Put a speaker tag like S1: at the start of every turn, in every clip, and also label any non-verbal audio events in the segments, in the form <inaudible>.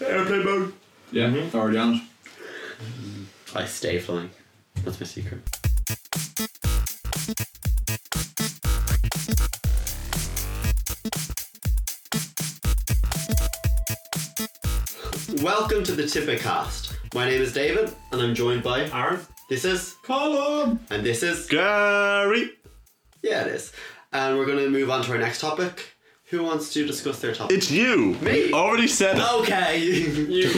S1: Airplane mode.
S2: Yeah,
S3: Mm-hmm.
S2: already on it.
S4: I stay flying. That's my secret. Welcome to the Tippercast. My name is David, and I'm joined by Aaron. This is
S2: Colin!
S4: and this is
S1: Gary.
S4: yeah, it is. And we're going to move on to our next topic. Who wants to discuss their topic?
S1: It's you.
S4: Me.
S1: You already said it.
S4: okay.
S3: <laughs> You, you,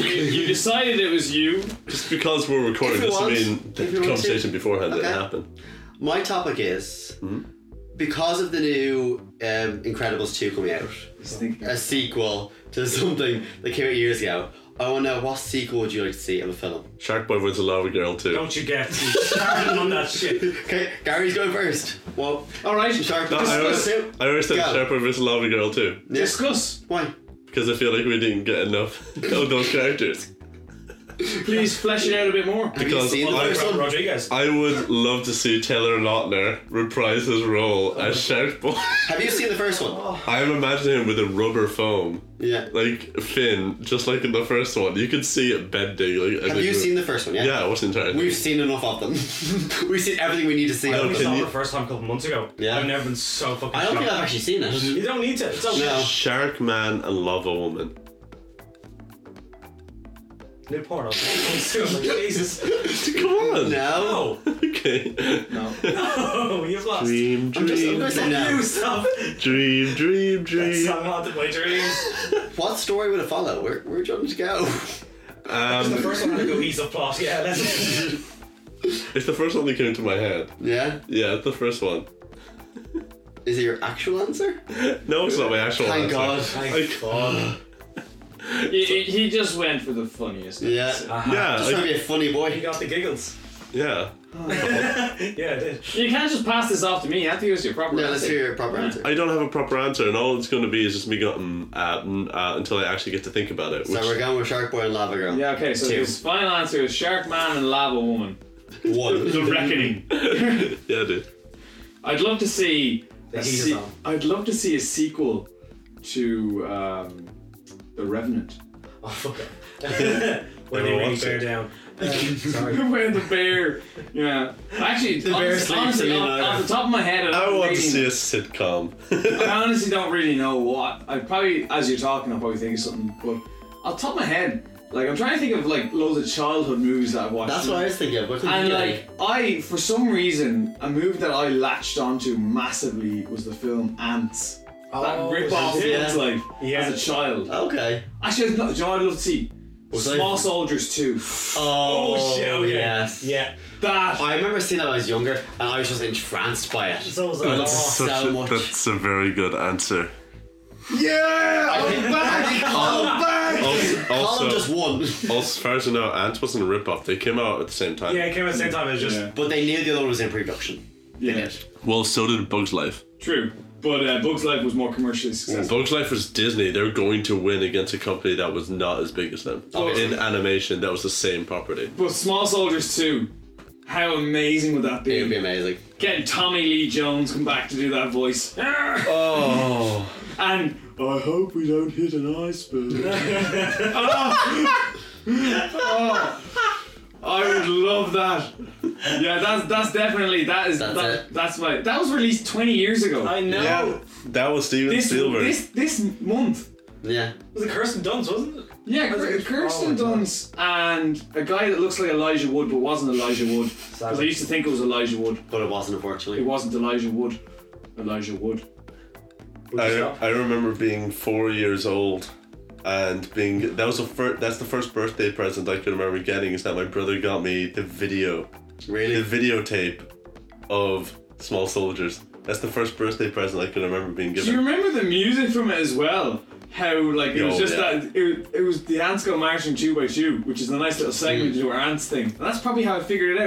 S3: you decided it was you.
S1: Just because we're recording
S4: If you
S1: doesn't
S4: want-
S1: mean
S4: if you
S1: the
S4: want
S1: conversation
S4: to.
S1: beforehand didn't
S4: Okay.
S1: happen.
S4: My topic is because of the new um, Incredibles 2 coming out, a sequel to something that came out years ago. I want to know what sequel would you like to see of a film?
S1: Shark Boy wins a lava girl too.
S5: Don't you get me started on that shit.
S4: Okay, Gary's going first. Well,
S3: All right,
S4: Shark,
S1: No, I
S4: discuss
S1: always,
S4: it.
S1: I always said
S4: Go.
S1: Shark Boy wins a lava girl too
S4: Yeah.
S3: discuss.
S4: Why?
S1: because I feel like we didn't get enough <laughs> of those characters.
S3: Please flesh it out a bit more.
S4: Have you
S1: Because
S4: seen the
S1: I-
S4: first
S5: Robert
S4: one?
S5: <laughs> Rodriguez.
S1: I would love to see Taylor Lautner reprise his role as Shark Boy. <laughs>
S4: Have you seen the first one?
S1: I'm imagining him with a rubber foam,
S4: Yeah.
S1: like Finn, just like in the first one. You could see it bending. Like,
S4: Have you seen the first one? Yeah.
S1: Yeah, I watched the entire.
S4: We've seen enough of them. <laughs> We've seen everything we need to see.
S5: I
S4: of
S5: only
S1: can
S4: them.
S5: saw it
S1: you-
S5: the first time a couple months ago.
S4: Yeah.
S5: I've never been so fucking.
S4: I don't think
S5: shocked.
S4: I've actually seen
S5: You
S4: it.
S5: don't need to. It's okay.
S4: No.
S1: Shark Man and Lava
S4: <laughs>
S1: Woman.
S5: New porno. <laughs> Jesus.
S1: Come on.
S4: No.
S5: No.
S1: <laughs> Okay.
S5: No. You've Oh, lost.
S1: Dream,
S4: I'm just- I'm
S1: dream,
S4: gonna say
S5: You <laughs>
S4: no.
S5: stop.
S1: dream, dream,
S5: It's
S1: dream.
S5: not haunted by dreams.
S4: What story would it follow? Where where would you want it to go? <laughs>
S5: The
S1: Um,
S5: first one had to go ease of plot. Yeah. That's.
S1: it's the first one that came to my head.
S4: Yeah.
S1: Yeah, it's the first one.
S4: Is it your actual answer?
S1: No, it's not my actual
S4: Thank
S1: answer.
S4: God.
S1: Thank
S4: God.
S3: He, he- he just went for the funniest.
S4: Yeah.
S1: Yeah,
S4: Just trying to
S1: like,
S4: be a funny
S5: You
S4: boy.
S5: got the giggles. <laughs>
S1: yeah.
S5: Yeah, I did.
S3: You can't just pass this off to me. You have to give us your proper
S4: Yeah, let's
S3: answer.
S4: hear your proper answer.
S1: I don't have a proper answer, and all it's going to be is just me going uh, mm, uh, until I actually get to think about it.
S4: So
S1: which-
S4: we're going with Shark Boy and Lava Girl.
S3: Yeah, okay, so
S4: Two.
S3: his final answer is Shark Man and Lava Woman. The
S4: One.
S3: Reckoning.
S1: <laughs> yeah, dude.
S3: I'd love to see.
S5: The
S3: a
S5: heat is
S3: se-
S5: on.
S3: I'd love to see a sequel to um, The Revenant. <laughs>
S5: Oh fuck <laughs> it. when they really
S1: watched
S5: bear
S1: it.
S5: down. Um, sorry.
S3: Where the bear. Yeah. Actually,
S4: The
S3: honest-
S4: bear sleeps
S3: honestly,
S4: in
S3: on,
S4: Leonardo.
S3: off the top of my head, I,
S1: I
S3: don't
S1: want to
S3: really-
S1: see a
S4: <laughs>
S1: sitcom.
S3: I honestly don't really know what. I probably, as you're talking, I'll probably think of something. But off the top of my head, like I'm trying to think of like loads of childhood movies that I've watched.
S4: That's what I was thinking. Of.
S3: And like I, for some reason, a movie that I latched onto massively was the film Ants. that rip off
S4: Oh, yeah.
S3: Ants like
S5: Yeah.
S3: as a child.
S4: Okay.
S3: Actually, no, do you know what I'd love to see?
S4: Was I-
S3: Small Soldiers 2.
S4: Oh,
S5: Oh <laughs> shit! Okay.
S4: yes.
S5: Yeah.
S3: That
S4: I remember seeing that when I was younger, and I was just entranced by it.
S5: So was
S4: I loved it
S5: I.
S4: so much.
S1: a very good answer.
S4: I think, Oh, I
S5: <laughs>
S4: think Colin,
S1: Also,
S4: Colin just
S1: also,
S4: won,
S1: also, as far as I know, Ants wasn't a rip-off. They came out at the same time.
S5: Yeah, it came at the same time. It was just.
S3: Yeah.
S4: but they knew the other one was in pre-production.
S3: yeah,
S1: Well, so did Bugs Life.
S3: true. But uh, Bugs Life was more commercially successful.
S1: Bugs Life was Disney. They're going to win against a company that was not as big as them.
S3: Oh.
S4: Obviously.
S1: In animation, that was the same property.
S3: But Small Soldiers 2, how amazing would that
S4: It would be amazing.
S3: getting Tommy Lee Jones come back to do that voice. Oh. And I hope we don't hit an iceberg. <laughs> Oh. Oh. I would love that. Yeah, that's that's definitely that is
S4: That's
S3: that,
S4: it.
S3: that's my that was released 20 years ago.
S5: I know.
S1: That was Steven
S3: this
S1: Spielberg.
S3: this this month.
S4: Yeah.
S5: It was a Kirsten Dunst, wasn't it?
S3: Yeah,
S5: That's
S3: Kir-
S5: good.
S3: Kirsten
S5: Oh my God.
S3: Dunst and a guy that looks like Elijah Wood but wasn't Elijah Wood. Because I used to think it was Elijah Wood.
S4: But it
S3: It
S4: wasn't, unfortunately.
S3: wasn't Elijah Wood. Elijah Wood.
S1: I,
S4: Uh,
S1: I remember being four years old and being that was the first that's the first birthday present I can remember getting is that my brother got me the video the
S4: Really?
S1: videotape of Small Soldiers. That's the first birthday present I can remember being
S3: Do you
S1: given.
S3: remember the music from it as well? How like it was
S1: Oh,
S3: just
S1: yeah.
S3: that it, it was the ants go marching two by two, which is a nice little
S1: Mm.
S3: segment to our ants thing. And that's probably how I figured it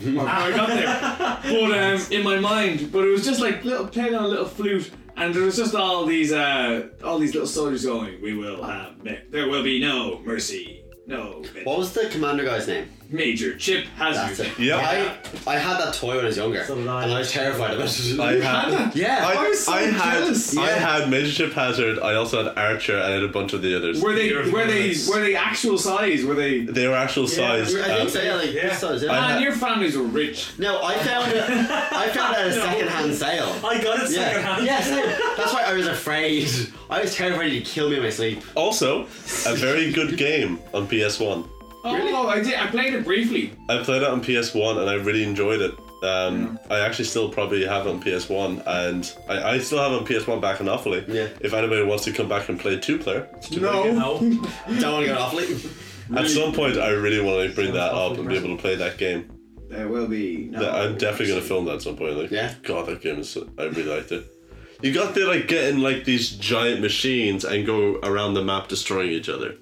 S1: <laughs>
S3: out. Or how I got there, but um, in my mind, but it was just like little playing on a little flute, and there was just all these uh, all these little soldiers going, "We will have, me- there will be no mercy, no."
S4: What was the commander guy's name?
S3: Major Chip
S4: That's
S3: Hazard.
S4: it.
S1: Yep.
S4: I, I had that toy when I was younger,
S5: So did
S4: and
S5: I.
S4: I was terrified of it. <laughs>
S1: I had,
S4: yeah.
S1: I,
S2: was so
S1: I had,
S2: jealous.
S1: I
S4: Yeah.
S1: had Majorship Hazard. I also had Archer, and I had a bunch of the others.
S3: <laughs> Were they
S5: You're
S3: were they
S5: famous.
S3: were they actual size? Were they?
S1: they were actual
S5: Yeah,
S1: size.
S4: I think so. Yeah, like,
S5: Yeah.
S4: so is it.
S1: I-
S3: Man, your families were rich.
S4: no, I found it. I
S3: <laughs>
S4: found it at a
S5: No.
S4: second-hand sale.
S3: Oh,
S5: I got it second
S4: Yeah,
S5: hand.
S4: yeah, same. <laughs> That's why I was afraid. I was terrified he'd kill me in my sleep.
S1: uh, also, a very good game on PS One.
S3: Oh, I did. I played it briefly.
S1: I played it on PS1 and I really enjoyed it. Um, I actually still probably have it on PS1 and I, I still have it on PS1 back in awfully.
S4: Yeah.
S1: If anybody wants to come back and play two player, it's two player.
S5: No.
S4: Don't want to
S3: <laughs>
S4: go awfully.
S1: at some point I really want to bring that up and be able to play that game.
S2: There will be. No,
S1: That- I'm definitely going to film that at some point. Like,
S4: Yeah.
S1: God, that game is. so- I really liked it. You got to like get in like these giant machines and go around the map destroying each other.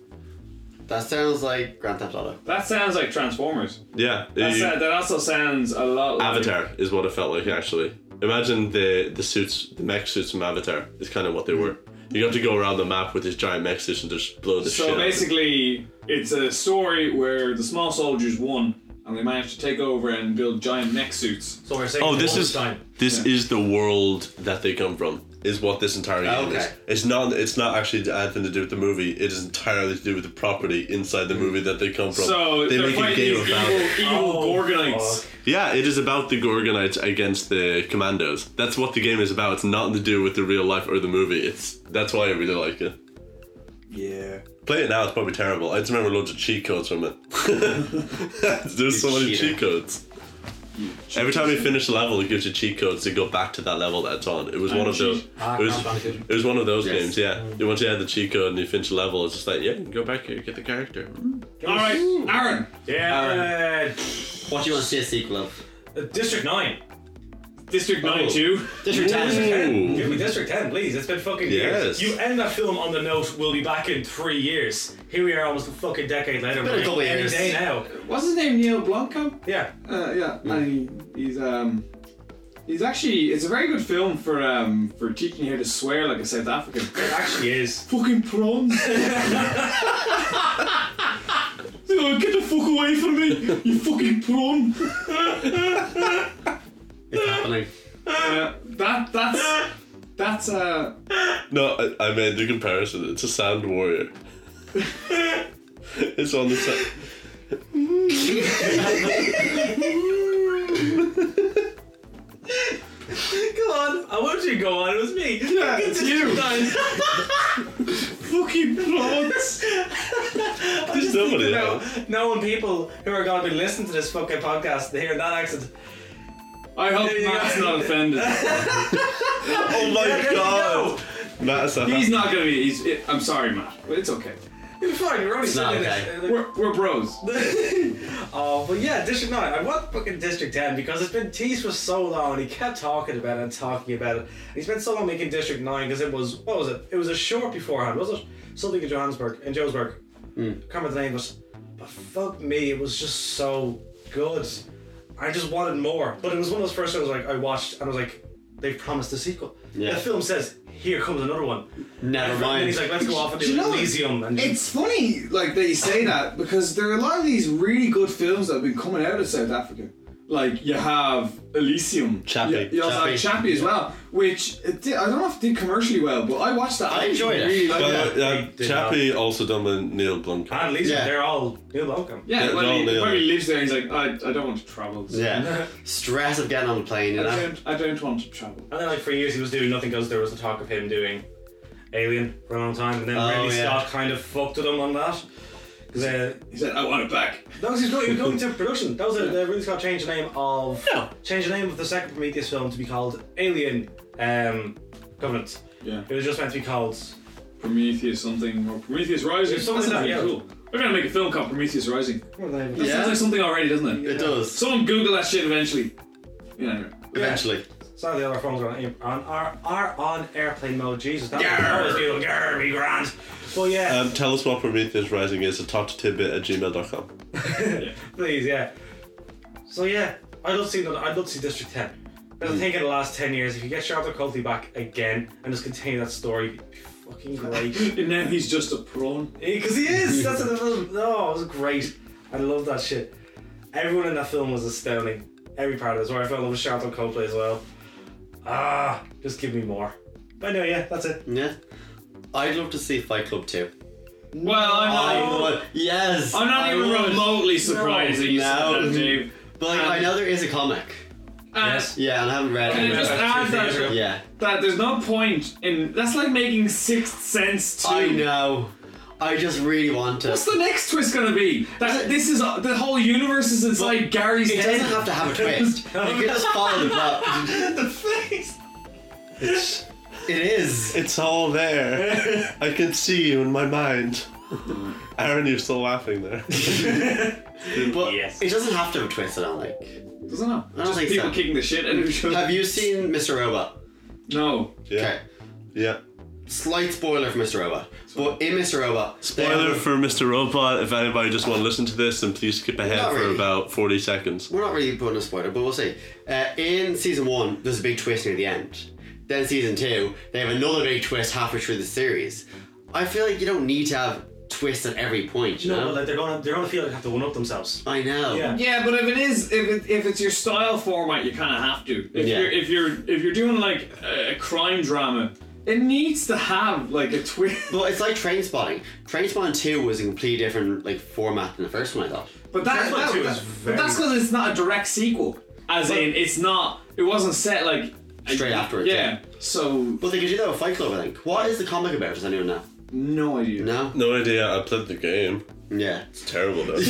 S4: That sounds like Grand Theft Auto.
S3: That sounds like Transformers.
S1: Yeah.
S3: That's,
S1: you-
S3: uh, that also sounds a lot like
S1: Avatar is what it felt like actually. Imagine the the suits, the mech suits from Avatar is kind of what they
S3: Hmm.
S1: were. You got to go around the map with these giant mech suits and just blow the shit.
S3: So
S1: out of them.
S3: basically, it's a story where the small soldiers won and they managed to take over and build giant mech suits.
S5: So we're saying
S1: oh, this is
S5: time.
S1: this is the world that they come from. Is what this entire game is.
S4: Okay.
S1: It's not. It's not actually anything to do with the movie. It is entirely to do with the property inside the movie that they come from.
S3: Hmm. So
S1: they
S3: they're
S1: make a
S3: fighting
S1: game
S3: these
S1: about
S3: evil,
S1: it.
S3: evil
S5: Oh,
S3: Gorgonites.
S5: fuck.
S1: Yeah, it is about the Gorgonites against the Commandos. That's what the game is about. It's nothing to do with the real life or the movie. It's that's why I really like it.
S2: Yeah.
S1: Play it now, it's probably terrible. I just remember loads of cheat codes from it. <laughs> There's so many
S4: cheater.
S1: cheat codes. Every time you finish a level, it gives you cheat codes to go back to that level that it's on. It
S4: Oh,
S1: was one of those.
S3: cheat.
S5: Ah,
S1: It was,
S5: Crash Bandicoot.
S1: it was one of those
S4: Yes.
S1: games, yeah. Once you had the cheat code and you finish a level, it's just like, yeah, you can go back here, get the character.
S3: All right, Aaron,
S5: Yeah.
S4: What do you want to see a sequel of?
S5: Uh, District 9.
S3: District
S4: Oh.
S3: 9 2.
S4: District
S5: District 10.
S1: Ooh.
S5: Give me District 10, please. It's been fucking
S1: Yes.
S5: years. You end that film on the note, we'll be back in three years. Here we are almost a fucking decade later.
S4: been a
S5: we're
S4: couple
S5: like, any
S4: years.
S5: day now.
S2: What's his name? Neil Blomkamp.
S5: Yeah.
S2: Uh, yeah. And he, he's um. He's actually. It's a very good film for um for teaching you how to swear like a South African.
S5: It actually
S4: <laughs>
S5: is.
S2: Fucking
S3: <laughs>
S2: prawns.
S3: Oh, get the fuck away from me, you fucking prawn.
S4: It's happening.
S2: Uh, that that's that's uh.
S1: No, I, I made the comparison. It's a sand
S4: <laughs>
S1: warrior. it's on the side.
S5: Come on. I want you to go on. It was
S4: <laughs>
S5: me. Yeah,
S2: it's you.
S3: Fucking prawns.
S1: There's nobody
S5: No,
S1: else.
S5: knowing people who are going to be listening to this fucking podcast, they hear that accent.
S3: I hope
S5: you
S3: Matt's
S5: go.
S3: not offended.
S1: Oh my
S5: there you
S1: god! That's a
S3: He's not gonna be. He's, it, I'm sorry, Matt, but it's okay.
S5: You're fine. You're already
S4: It's not
S5: sitting
S4: okay.
S5: in this- uh,
S3: We're, we're bros.
S5: <laughs> Oh, but yeah, District 9. I want fucking District 10 because it's been teased for so long and he kept talking about it and talking about it. And he spent so long making District 9 because it was, what was it? It was a short beforehand, was it? Something in Johannesburg, in Johannesburg.
S4: Hmm.
S5: Can't remember the name, but, but fuck me, it was just so good. I just wanted more. But it was one of those first ones like I watched and I was like, they've promised a sequel.
S4: Yeah.
S5: The film says, here comes another one.
S4: Never
S5: And
S4: mind.
S5: he's like, let's go off and
S2: Do
S5: do
S2: you know-
S5: Elysium. And
S2: It's funny, like that you say that because there are a lot of these really good films that have been coming out of South Africa. Like you have Elysium,
S1: Chappie.
S2: You, you also have Chappie as well, which it did, I don't know if it did commercially well, but I watched that.
S4: I enjoyed it.
S2: Really liked
S1: By
S2: it.
S1: the way, uh,
S5: They did
S1: Chappie also done with Neil Blomkamp.
S5: and Elysium,
S4: Yeah.
S5: they're all Neil welcome.
S3: Yeah,
S1: Yeah,
S3: when,
S1: don't
S3: he,
S1: live.
S3: when he lives there, he's like, I, I don't want to travel. So <laughs>
S4: Yeah. Stress of getting on the plane, you
S3: I,
S4: know?
S3: don't, I don't want to travel.
S5: And then like for years he was doing nothing because there was the talk of him doing Alien for a long time, and then
S4: Oh,
S5: Ridley
S4: yeah.
S5: Scott kind of fucked with him on that. Because uh,
S3: He said, I want it back.
S5: that was his going, he was going into production. That was it. Uh, Ridley Scott changed the name of changed the name of the second Prometheus film to be called Alien um, Covenant.
S2: Yeah.
S5: It was just meant to be called.
S3: Prometheus something or Prometheus Rising.
S5: There's something
S3: That sounds
S5: like-
S3: cool. We're gonna make a film called Prometheus Rising.
S5: What was the name of
S3: That
S5: it?
S3: sounds like something already, doesn't it?
S4: It does.
S3: Someone Google that shit eventually. Yeah. anyway.
S4: Eventually.
S5: Some of the other phones are on, on are, are on airplane mode. Jesus, that
S3: Yarr.
S5: was always doing Gary Grant. Well, yeah.
S1: Um, tell us what Prometheus Rising is at tidbit at gmail.com.
S5: <laughs> Please, yeah. So yeah, I don't see another, I don't see District Ten. Because I think in the last ten years, if you get Charlotte Copley back again and just continue that story, it'd be
S3: <laughs>
S5: fucking great. Eh,
S3: And now he's just a prawn.
S5: Because he is. That's another. No, it was great. I love that shit. Everyone in that film was astounding. Every part of it. Where I fell in love with Charlton Copley as well. Ah, just give me more. But no, yeah, that's it.
S4: Yeah. I'd love to see Fight Club 2.
S3: Well, I'm not,
S4: I would. Yes.
S3: I'm not
S4: I
S3: even
S4: would.
S3: remotely surprised that you
S4: No.
S3: said that, Dave.
S4: But like, I know there is a comic.
S3: And
S5: Yes.
S4: Yeah, and I haven't read
S3: Can I
S4: it.
S3: just add that,
S4: yeah.
S3: that there's no point in that's like making Sixth Sense two.
S4: I know. I just really want to.
S3: What's the next twist gonna be? That this is the whole universe is inside Gary's
S4: It
S3: head. <laughs>
S4: doesn't have to
S5: <laughs>
S4: have a twist. You can just follow the plot.
S5: the face.
S4: It is.
S1: It's all
S4: <laughs>
S1: there. I can see you in my mind. Aaron, you're still laughing <laughs> there.
S4: But
S5: Yes.
S4: it doesn't have to have a twist, I don't think.
S3: Doesn't know.
S4: I don't
S3: Just
S4: think
S3: people
S4: so.
S3: kicking the shit out of each other.
S4: Have you seen Mr. Robot?
S3: No.
S1: Yeah.
S4: Okay.
S1: Yeah.
S4: Slight spoiler for Mr. Robot. But in Mr. Robot.
S1: Spoiler
S4: they're-
S1: for Mr. Robot. If anybody just want to listen to this, then please skip ahead
S4: Not
S1: for
S4: really.
S1: about 40 seconds.
S4: We're not really putting a spoiler, but we'll see. Uh, in season one, there's a big twist near the end. Then season two, they have another big twist halfway through the series. I feel like you don't need to have twists at every point, you
S5: No,
S4: know?
S5: but, like they're gonna they're gonna feel like they have to one up themselves.
S4: I know.
S5: Yeah.
S3: Yeah, but if it is, if, it, if it's your style format, you kind of have to. If
S4: Yeah.
S3: you're if you're if you're doing like a crime drama, it needs to have like a twist.
S4: Well, it's like Train Spotting. Train Spotting 2 was a completely different like format than the first one, I thought.
S3: But that,
S5: That's what
S3: that,
S5: too
S3: that-
S5: is
S3: but
S5: very-
S3: that's because it's not a direct sequel. As in, it's not. It wasn't set like
S4: Straight afterwards,
S3: Yeah. So
S4: But they could do that with Fight Club, I think. What is the comic about? Does anyone know?
S3: no idea.
S4: No?
S1: No idea. I played the game.
S4: Yeah.
S1: It's terrible though.
S4: <laughs> Play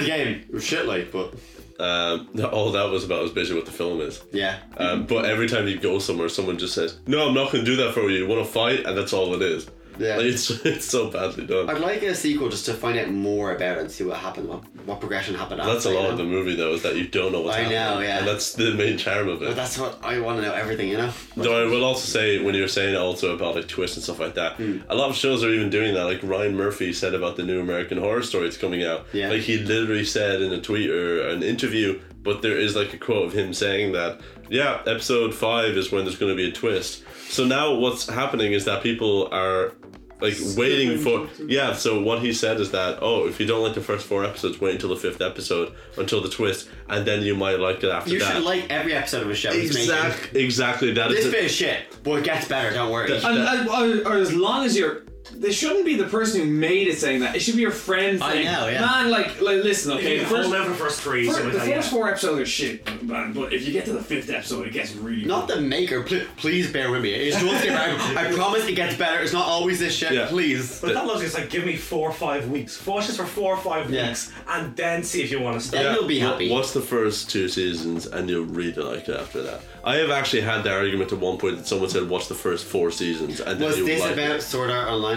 S4: the game. Shit like, but.
S1: um, all that was about was basically what the film is.
S4: Yeah.
S1: Um, but every time you go somewhere, someone just says, "No, I'm not going to do that for you. You want to fight?" And that's all it is.
S4: Yeah.
S1: Like, it's <laughs> it's so badly done.
S4: I'd like a sequel just to find out more about it and see what happened, what, what progression happened after.
S1: That's a
S4: you
S1: lot
S4: know?
S1: of the movie though, is that you don't know what's
S4: I know,
S1: happening.
S4: yeah.
S1: And that's the main charm of
S4: But
S1: it.
S4: that's what I want to know everything, you know?
S1: Though I will also say when you were saying also about like twists and stuff like that,
S4: Hmm.
S1: a lot of shows are even doing that. Like Ryan Murphy said about the new American Horror Story that's coming out.
S4: Yeah.
S1: Like he literally said in a tweet or an interview, but there is like a quote of him saying that, yeah, episode five is when there's going to be a twist. So now what's happening is that people are like waiting for yeah so what he said is that oh if you don't like the first four episodes wait until the fifth episode until the twist and then you might like it after
S4: You
S1: that
S4: should like every episode of a show. he's making.
S1: Exactly. Exactly. That is
S4: This
S1: it.
S4: bit is shit, but it gets better, don't worry.
S1: That-
S3: And, and- or, or as long as you're, they shouldn't be the person who made it saying that. It should be your friend.
S4: I
S3: saying,
S4: know, yeah.
S3: Man, like, like listen, okay, the first,
S5: Hold out for first three.
S3: fir-
S5: so
S3: the
S5: it's like,
S3: first four episodes are shit, man. But if you get to the fifth episode, it gets really.
S4: Not the maker, pl- please bear with me. It's just get better. I promise it gets better. It's not always this shit,
S1: Yeah.
S4: please.
S5: But that logic is like, give me four or five weeks. Force this for four or five
S4: Yeah.
S5: weeks, and then see if you want to stop.
S4: Yeah. you'll be happy.
S1: Watch the first two seasons, and you'll really like it after that. I have actually had the argument at one point that someone said, "Watch the first four seasons," and then
S4: Was
S1: you'll
S4: this
S1: like
S4: about
S1: it.
S4: Sword Art Online?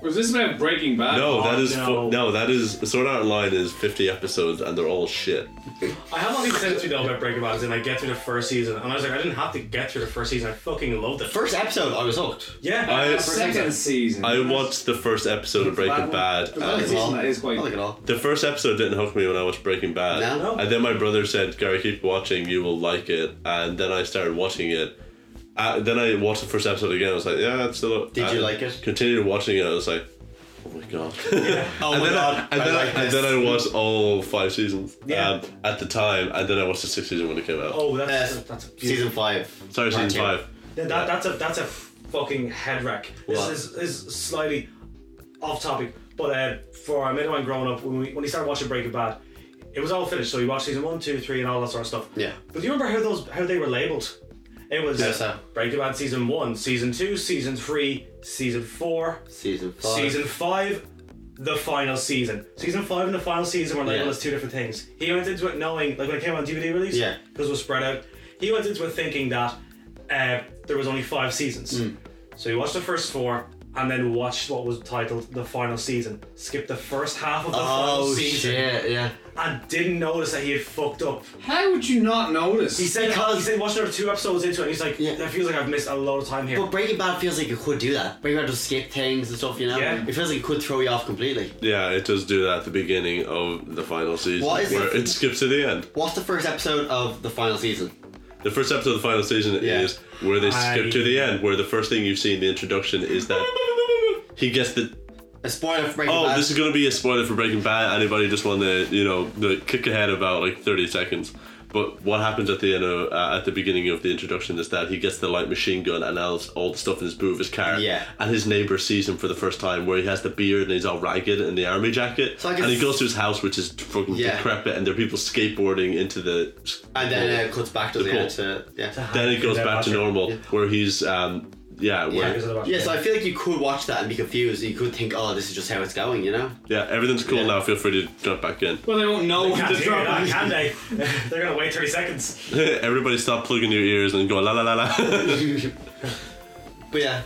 S3: Was this about Breaking Bad?
S1: No, that is
S5: Oh,
S1: fo-
S5: no.
S1: no, that is Sword Art Online is fifty episodes, and they're all shit.
S5: I have all these sense to though about Breaking Bad, and I get through the first season, and I was like, I didn't have to get through the first season. I fucking loved it.
S4: First episode, I was hooked.
S5: yeah,
S1: I-
S5: that's-
S3: Second season.
S1: I watched the first episode of Breaking Bad. and
S3: The last
S4: Not at all.
S3: season that is quite.
S4: Not at all.
S1: The first episode didn't hook me when I watched Breaking Bad.
S4: No?
S1: And then my brother said, Gary, keep watching, you will like it. And then I started watching it. Uh, then I watched the first episode again. I was like, yeah, it's still.
S4: Did you like it?
S1: Continued watching it. I was like, oh my god. <laughs>
S4: Oh
S1: and
S4: my
S1: then
S4: god.
S1: I, and, then, I-
S4: like
S1: and
S4: this.
S1: then I watched all five seasons
S5: Yeah.
S1: um, at the time. And then I watched the sixth season when it came out.
S5: oh, that's
S4: Uh,
S5: that's a beautiful-
S4: season five.
S1: Sorry,
S4: Part
S1: season
S4: two.
S1: five.
S5: Yeah, that, that's a that's a fucking head wreck. This
S4: What?
S5: is is slightly off topic, but uh, for our mate of mine growing up, when we when he started watching Breaking Bad, it was all finished. So he watched season one, two, three, and all that sort of stuff.
S4: Yeah.
S5: But do you remember how those how they were labeled? It was
S4: Yes, sir.
S5: Breaking Bad season one, season two, season three, season four,
S4: Season five.
S5: season five, the final season. Season five and the final season were labeled
S4: Yeah.
S5: as two different things. He went into it knowing, like when it came on DVD release,
S4: Yeah.
S5: because it was spread out. He went into it thinking that uh, there was only five seasons.
S4: Hmm.
S5: So he watched the first four and then watched what was titled the final season. Skipped the first half of the final
S4: Oh
S5: season
S4: shit! Yeah.
S5: and didn't notice that he had fucked up.
S3: How would you not notice?
S1: <laughs>
S5: He said, he said, he watched another two episodes into it, and he's like,
S4: Yeah.
S5: "That feels like I've missed a lot of time here."
S4: But Breaking Bad feels like it could do that. Breaking Bad just skip things and stuff, you know.
S5: Yeah.
S4: It feels like it could throw you off completely.
S1: Yeah, it does do that at the beginning of the final season.
S4: What is
S1: where
S4: it?
S1: it skips to the end.
S4: What's the first episode of the final season?
S1: The first episode of the final season
S4: Yeah.
S1: is where they skip
S5: I-
S1: to the end, where the first thing you see in the introduction is that he gets the
S4: A spoiler for Breaking
S1: Oh,
S4: Bad.
S1: this is gonna be a spoiler for Breaking Bad. Anybody just want to, you know, the kick ahead about like thirty seconds. But what happens at the end of, uh, at the beginning of the introduction is that he gets the light machine gun and all, all the stuff in his boot of his car.
S4: Yeah.
S1: And his neighbor sees him for the first time, where he has the beard and he's all ragged in the army jacket.
S4: So I guess-
S1: and he goes to his house, which is fucking
S4: Yeah.
S1: decrepit, and there are people skateboarding into the.
S4: and then uh, cuts back to the
S1: Cool.
S4: end to yeah.
S1: Then it goes back to
S5: <laughs>
S1: normal, where he's, um, yeah, where
S5: because of the-
S4: Yeah, so I feel like you could watch that and be confused. You could think, oh, this is just how it's going, you know?
S1: yeah, everything's cool now. Feel free to jump back in. <laughs>
S2: Well, they won't know when
S5: Can't
S2: to
S5: hear
S2: drop
S5: that,
S2: it.
S5: can they? <laughs> They're gonna wait 30 seconds.
S1: Everybody stop plugging your ears and go la la la la. <laughs>
S4: But yeah,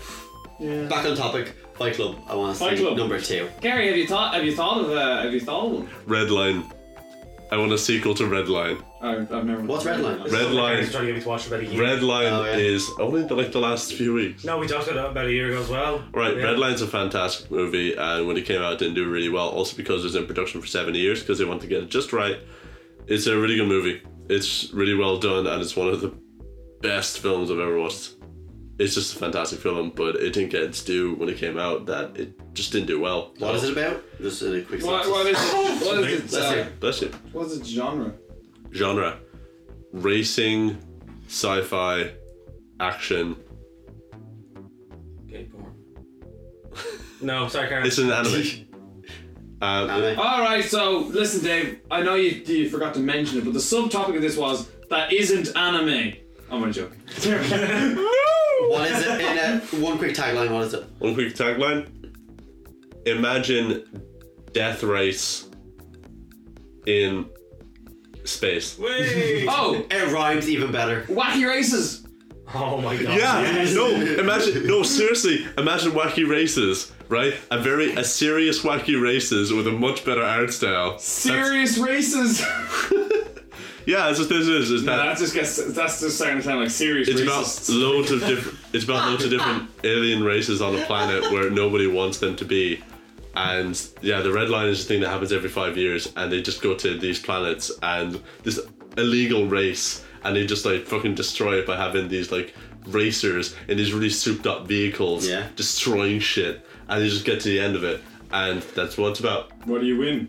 S4: back on topic. Fight Club, I want to
S2: Fight
S4: say
S2: Club.
S4: number two.
S2: Gary, have you thought? Have you thought of? Uh, have you thought of one?
S1: Red Line. I want a sequel to Red Line.
S2: I, I've never.
S4: What's Redline?
S1: Red Line.
S5: He's trying to get me to watch it about a year.
S1: Red Line
S4: Oh, yeah.
S1: is only the, like the last few weeks.
S5: No, we talked about it about a year ago as well.
S1: Right,
S5: Yeah.
S1: Red Line's a fantastic movie, and when it came out, it didn't do really well. Also because it was in production for seven years, because they wanted to get it just right. It's a really good movie. It's really well done, and it's one of the best films I've ever watched. It's just a fantastic film, but it didn't get its due when it came out. That it just didn't do well.
S4: What is it about? Just in a quick
S2: What,
S4: synopsis.
S2: what is it? What is its,
S4: Let's
S2: uh,
S4: hear.
S1: Bless you.
S2: what's its genre?
S1: genre racing sci-fi action
S5: Gay porn. No, sorry, Karen.
S1: it's an anime <laughs> uh,
S4: Anime.
S2: All right, so listen, Dave. I know you, you forgot to mention it, but the subtopic of this was that isn't anime. I'm only joking.
S5: <laughs>
S4: What is it in a, one quick tagline? What is it?
S1: one quick tagline imagine death race in space <laughs>
S5: Wait.
S2: Oh, <laughs>
S4: It rhymes even better.
S2: wacky races.
S5: Oh my god.
S1: yeah no imagine no seriously imagine wacky races right a very a serious wacky races with a much better art style That's-
S2: Serious races. <laughs>
S1: yeah that's what this is is
S2: no,
S1: that
S2: that just gets. That's just starting to sound like serious
S1: It's
S2: races.
S1: about loads of different. It's about loads of different alien races on a planet where nobody wants them to be, and yeah, the red line is the thing that happens every five years, and they just go to these planets and this illegal race, and they just like fucking destroy it by having these like racers in these really souped up vehicles
S4: Yeah.
S1: destroying shit, and they just get to the end of it, and that's what it's about.
S2: what do you win?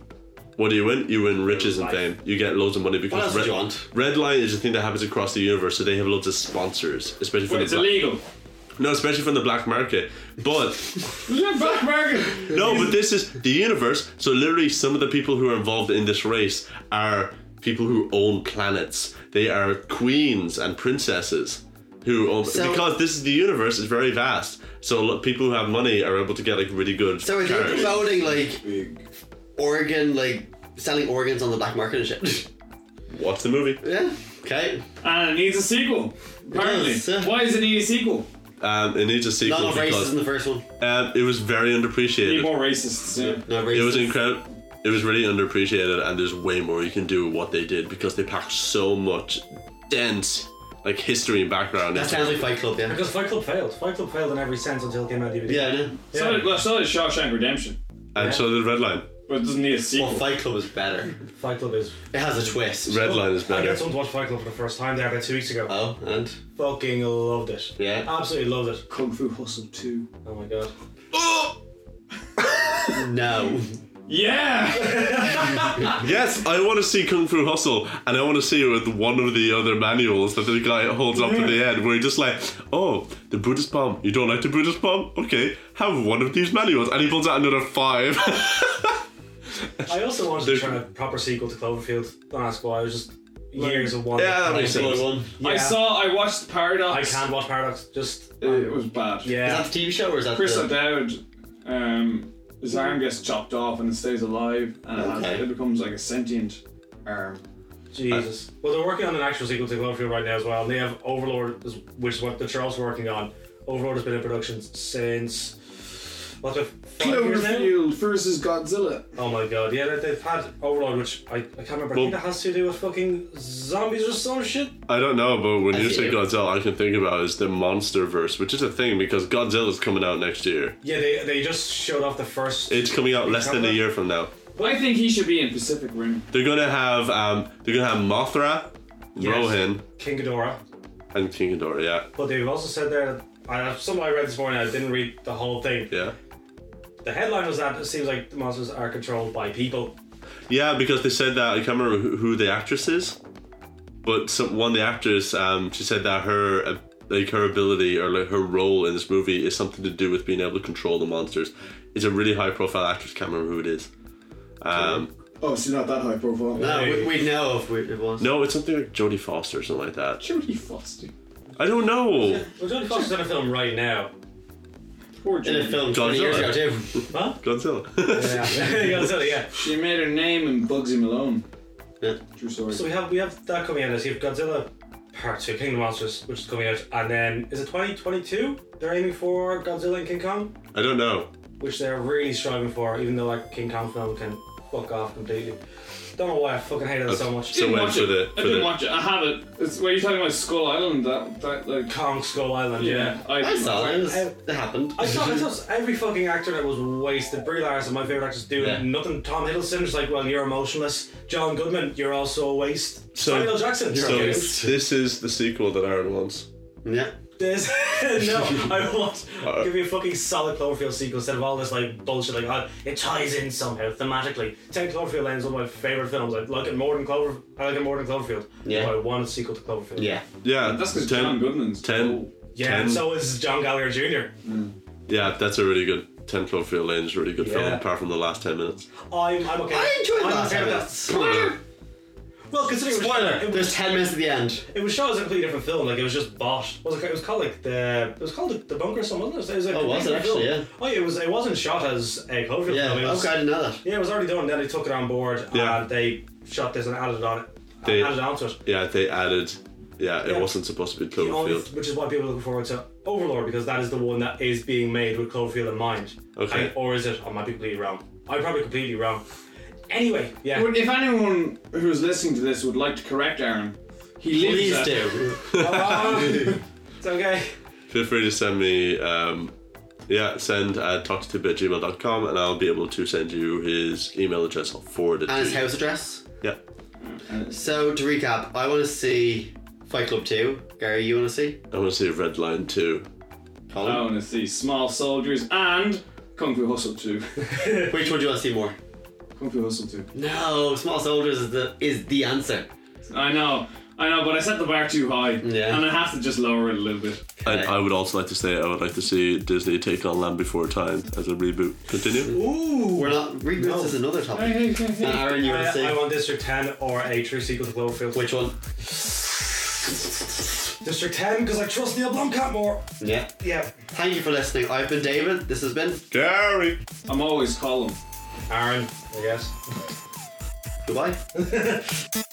S1: What do you win? You win riches and fame. You get loads of money because
S4: else
S1: red,
S4: would you want?
S1: red line is the thing that happens across the universe, so they have loads of sponsors, especially from
S2: Well,
S1: the
S2: it's
S1: black-
S2: illegal. <laughs>
S1: no, especially from the black market. But
S4: <laughs>
S2: Look at Black market.
S1: no, but this is the universe. So literally, some of the people who are involved in this race are people who own planets. They are queens and princesses who own
S4: So-
S1: because this is the universe is very vast. So lo- people who have money are able to get like really good.
S4: So are they
S1: cars. <laughs>
S4: promoting like organ, like selling organs on the black market and shit?
S1: <laughs> Watch the movie.
S4: yeah. Okay.
S2: And it needs a sequel. Apparently.
S4: does, yeah.
S2: Why does it need a sequel?
S1: Um, it needs a
S4: A
S1: sequel
S4: lot of races
S1: because
S4: in the first one.
S1: um, it was very
S2: Need
S1: underappreciated.
S2: more racists. Yeah.
S4: No
S1: It was
S4: races.
S1: incredible. It was really underappreciated, and there's way more you can do with what they did because they packed so much dense like history and background.
S4: That
S1: into
S4: sounds like Fight Club, yeah.
S5: Because Fight Club failed. Fight Club failed in every sense until it came out on DVD.
S4: Yeah, I know.
S2: So did, well, so did Shawshank Redemption,
S1: And so did Red Line.
S2: but it doesn't need a sequel.
S4: Well, Fight Club is better.
S5: Fight Club is.
S4: It has a twist.
S1: Red Line is
S5: I got
S1: better.
S5: someone to watch Fight Club for the first time there about two weeks
S1: Uh,
S5: ago.
S4: Oh, and
S5: Fucking loved it.
S4: yeah.
S5: Absolutely loved it.
S2: Kung Fu Hustle 2.
S5: Oh my god.
S1: Oh!
S5: Oh.
S1: <laughs>
S4: No.
S2: Yeah!
S1: Yes, I want to see Kung Fu Hustle, and I want to see it with one of the other manuals that the guy holds up to the end, where he's just like, "Oh, the Buddhist bomb. You don't like the Buddhist bomb? Okay, have one of these manuals." And he pulls out another five. <laughs>
S5: I also wanted
S1: There's-
S5: to try a proper sequel to Cloverfield. Don't ask why. It was just years of one.
S1: Yeah, that makes sense.
S4: One.
S5: Yeah.
S2: I saw, I watched Paradox.
S5: I can't watch Paradox. Just um,
S2: It was bad.
S5: yeah.
S4: Is that the TV show or is that
S2: Chris
S4: the...
S2: O'Dowd, um, his arm gets chopped off and it stays alive and it has-
S4: Okay.
S2: it becomes like a sentient arm.
S5: Jesus. Uh, well, they're working on an actual sequel to Cloverfield right now as well. And they have Overlord, is- which is what the Charles working on. Overlord has been in production since. What's it? Five years now?
S2: Cloverfield versus Godzilla.
S5: Oh my god, yeah, they- they've had Overlord, which I, I can't remember. I think
S1: Well-
S5: that has to do with fucking zombies or some shit.
S1: I don't know, but when you
S4: see
S1: say
S4: it.
S1: Godzilla, all I can think about is the Monster Verse, which is a thing because Godzilla's coming out next year.
S5: Yeah, they, they just showed off the first.
S1: It's coming out less than a
S5: Godzilla?
S1: year from now.
S2: I think he should be in Pacific Rim.
S1: They're gonna have um, they're gonna have Mothra,
S5: Yes.
S1: Rohan,
S5: King Ghidorah.
S1: and King Ghidorah. Yeah,
S5: But they've also said there. I, something I read this morning, I didn't read the whole thing.
S1: yeah.
S5: the headline was that it seems like the monsters are controlled by people.
S1: Yeah, because they said that I can't remember who- who the actress is, but some, one of the actors, um, she said that her uh, like her ability or like her role in this movie is something to do with being able to control the monsters. It's a really high profile actress. Can't remember who it is. Um,
S2: Obviously Oh, not that high profile.
S4: No, we, we'd know if we, it was.
S1: no, it's something like Jodie Foster or something like that.
S2: Jodie Foster.
S1: I don't
S5: <laughs>
S1: know.
S5: Well, Jodie Foster's in a film right now.
S2: Poor
S4: In a
S2: Jodie.
S4: film 20 years ago,
S1: Godzilla.
S4: too.
S5: Huh?
S1: Godzilla. <laughs>
S5: Yeah. <laughs> Godzilla, yeah.
S2: She made her name in Bugsy Malone.
S4: Yeah.
S2: True story.
S5: So we have we have that coming out. as you have Godzilla Part Two, King of the Monsters, which is coming out, and then is it 2022? They're aiming for Godzilla and King Kong,
S1: I don't know.
S5: which they're really striving for. Even though that King Kong film can fuck off completely. Don't know why I fucking hate it so much.
S1: So
S2: Didn't
S1: when
S2: watch
S1: for
S2: it.
S1: the
S2: I
S1: for
S2: didn't
S1: the
S2: watch it. I have it. It's where you're talking about Skull Island. That that like.
S5: Kong Skull Island.
S2: Yeah. I,
S4: I saw it. It, was,
S5: I-
S4: it happened.
S5: I saw, I saw every fucking actor that was wasted. Brie Larson, my favorite actress, doing
S4: Yeah.
S5: nothing. Tom Hiddleston was like, "Well, you're emotionless." John Goodman, you're also a waste.
S1: So-
S5: Samuel L. Jackson, you're
S1: so
S5: a waste.
S1: this is the sequel that Aaron wants.
S4: Yeah.
S5: There's <laughs>
S4: <laughs>
S5: no, I want
S4: Uh,
S5: give me a fucking solid Cloverfield sequel instead of all this like bullshit. Like oh, it ties in somehow thematically. Ten Cloverfield Lane is one of my favorite films. I like it more than Clover. I like it more than Cloverfield.
S4: Yeah.
S5: But I want a sequel to Cloverfield.
S4: Yeah.
S1: Yeah,
S2: that's because
S1: ten-
S2: John Goodman's
S1: ten.
S5: Yeah.
S1: Ten.
S5: And so is John Gallagher Jr.
S1: Yeah, that's a really good. Ten Cloverfield Lane is a really good film,
S5: Yeah.
S1: apart from the last ten minutes.
S5: I'm, I'm okay.
S4: I enjoyed
S5: I'm
S4: the last
S5: okay
S4: 10
S5: with that.
S4: minutes. Spoiler!
S5: Well, considering it was-
S4: Spoiler!
S5: it was,
S4: There's 10 minutes at the end.
S5: it was shot as a completely different film. Like it was just bot. Was it, it was called like the it was called the, the bunker or something. Wasn't it? It was like
S4: Oh, was it
S5: completely
S4: actually?
S5: different film. Oh, yeah, it was. It wasn't shot as a Cloverfield
S4: Yeah,
S5: film. It was,
S4: okay, I didn't know that.
S5: Yeah, it was already done. Then they took it on board
S1: Yeah.
S5: and they shot this and added on it.
S1: They-
S5: added on to it.
S1: Yeah, they added. Yeah, it
S5: Yeah.
S1: wasn't supposed to be
S5: The only-
S1: <laughs> Cloverfield.
S5: which is why people are looking forward to Overlord because that is the one that is being made with Cloverfield in mind.
S1: Okay.
S5: I- or is it? I might be completely wrong. I'm probably completely wrong. Anyway, yeah. <laughs>
S2: Well, If anyone who's listening to this would like to correct Aaron, he lives
S4: Please
S2: at-
S4: do.
S5: Um, it's okay.
S1: <laughs> Feel free to send me. Um, yeah, send at talkstotube@gmail.com and I'll be able to send you his email address. I'll forward it.
S4: And
S1: to
S4: his
S1: you.
S4: house address.
S1: Yeah.
S4: So, to recap, I want to see Fight Club 2. Gary, you want to see?
S1: I want to see Red Line too.
S2: I
S4: Colin?
S2: want to see Small Soldiers and Kung Fu Hustle 2.
S4: Which one do you want to see more?
S2: <laughs> Kung Fu Hustle 2.
S4: No, Small Soldiers is the, is the answer.
S2: I know, I know, but I set the bar too high.
S4: Yeah.
S2: And I have to just lower it a little bit.
S1: And
S4: Okay.
S1: I would also like to say I would like to see Disney take on Land Before Time as a reboot. Continue.
S5: Ooh.
S4: We're not. Reboots
S5: No.
S4: is another topic.
S2: Hey, hey, hey,
S4: And
S2: hey.
S4: Aaron, you want to
S5: I,
S4: see?
S5: I want District 10 or a true sequel to Cloverfield.
S4: Which one?
S5: District 10 because I trust Neil Blomkamp more.
S4: Yeah.
S5: Yeah.
S4: Thank you for listening. I've been David. This has been.
S1: Gary.
S2: I'm always Colin.
S5: Aaron, I guess.
S4: Goodbye.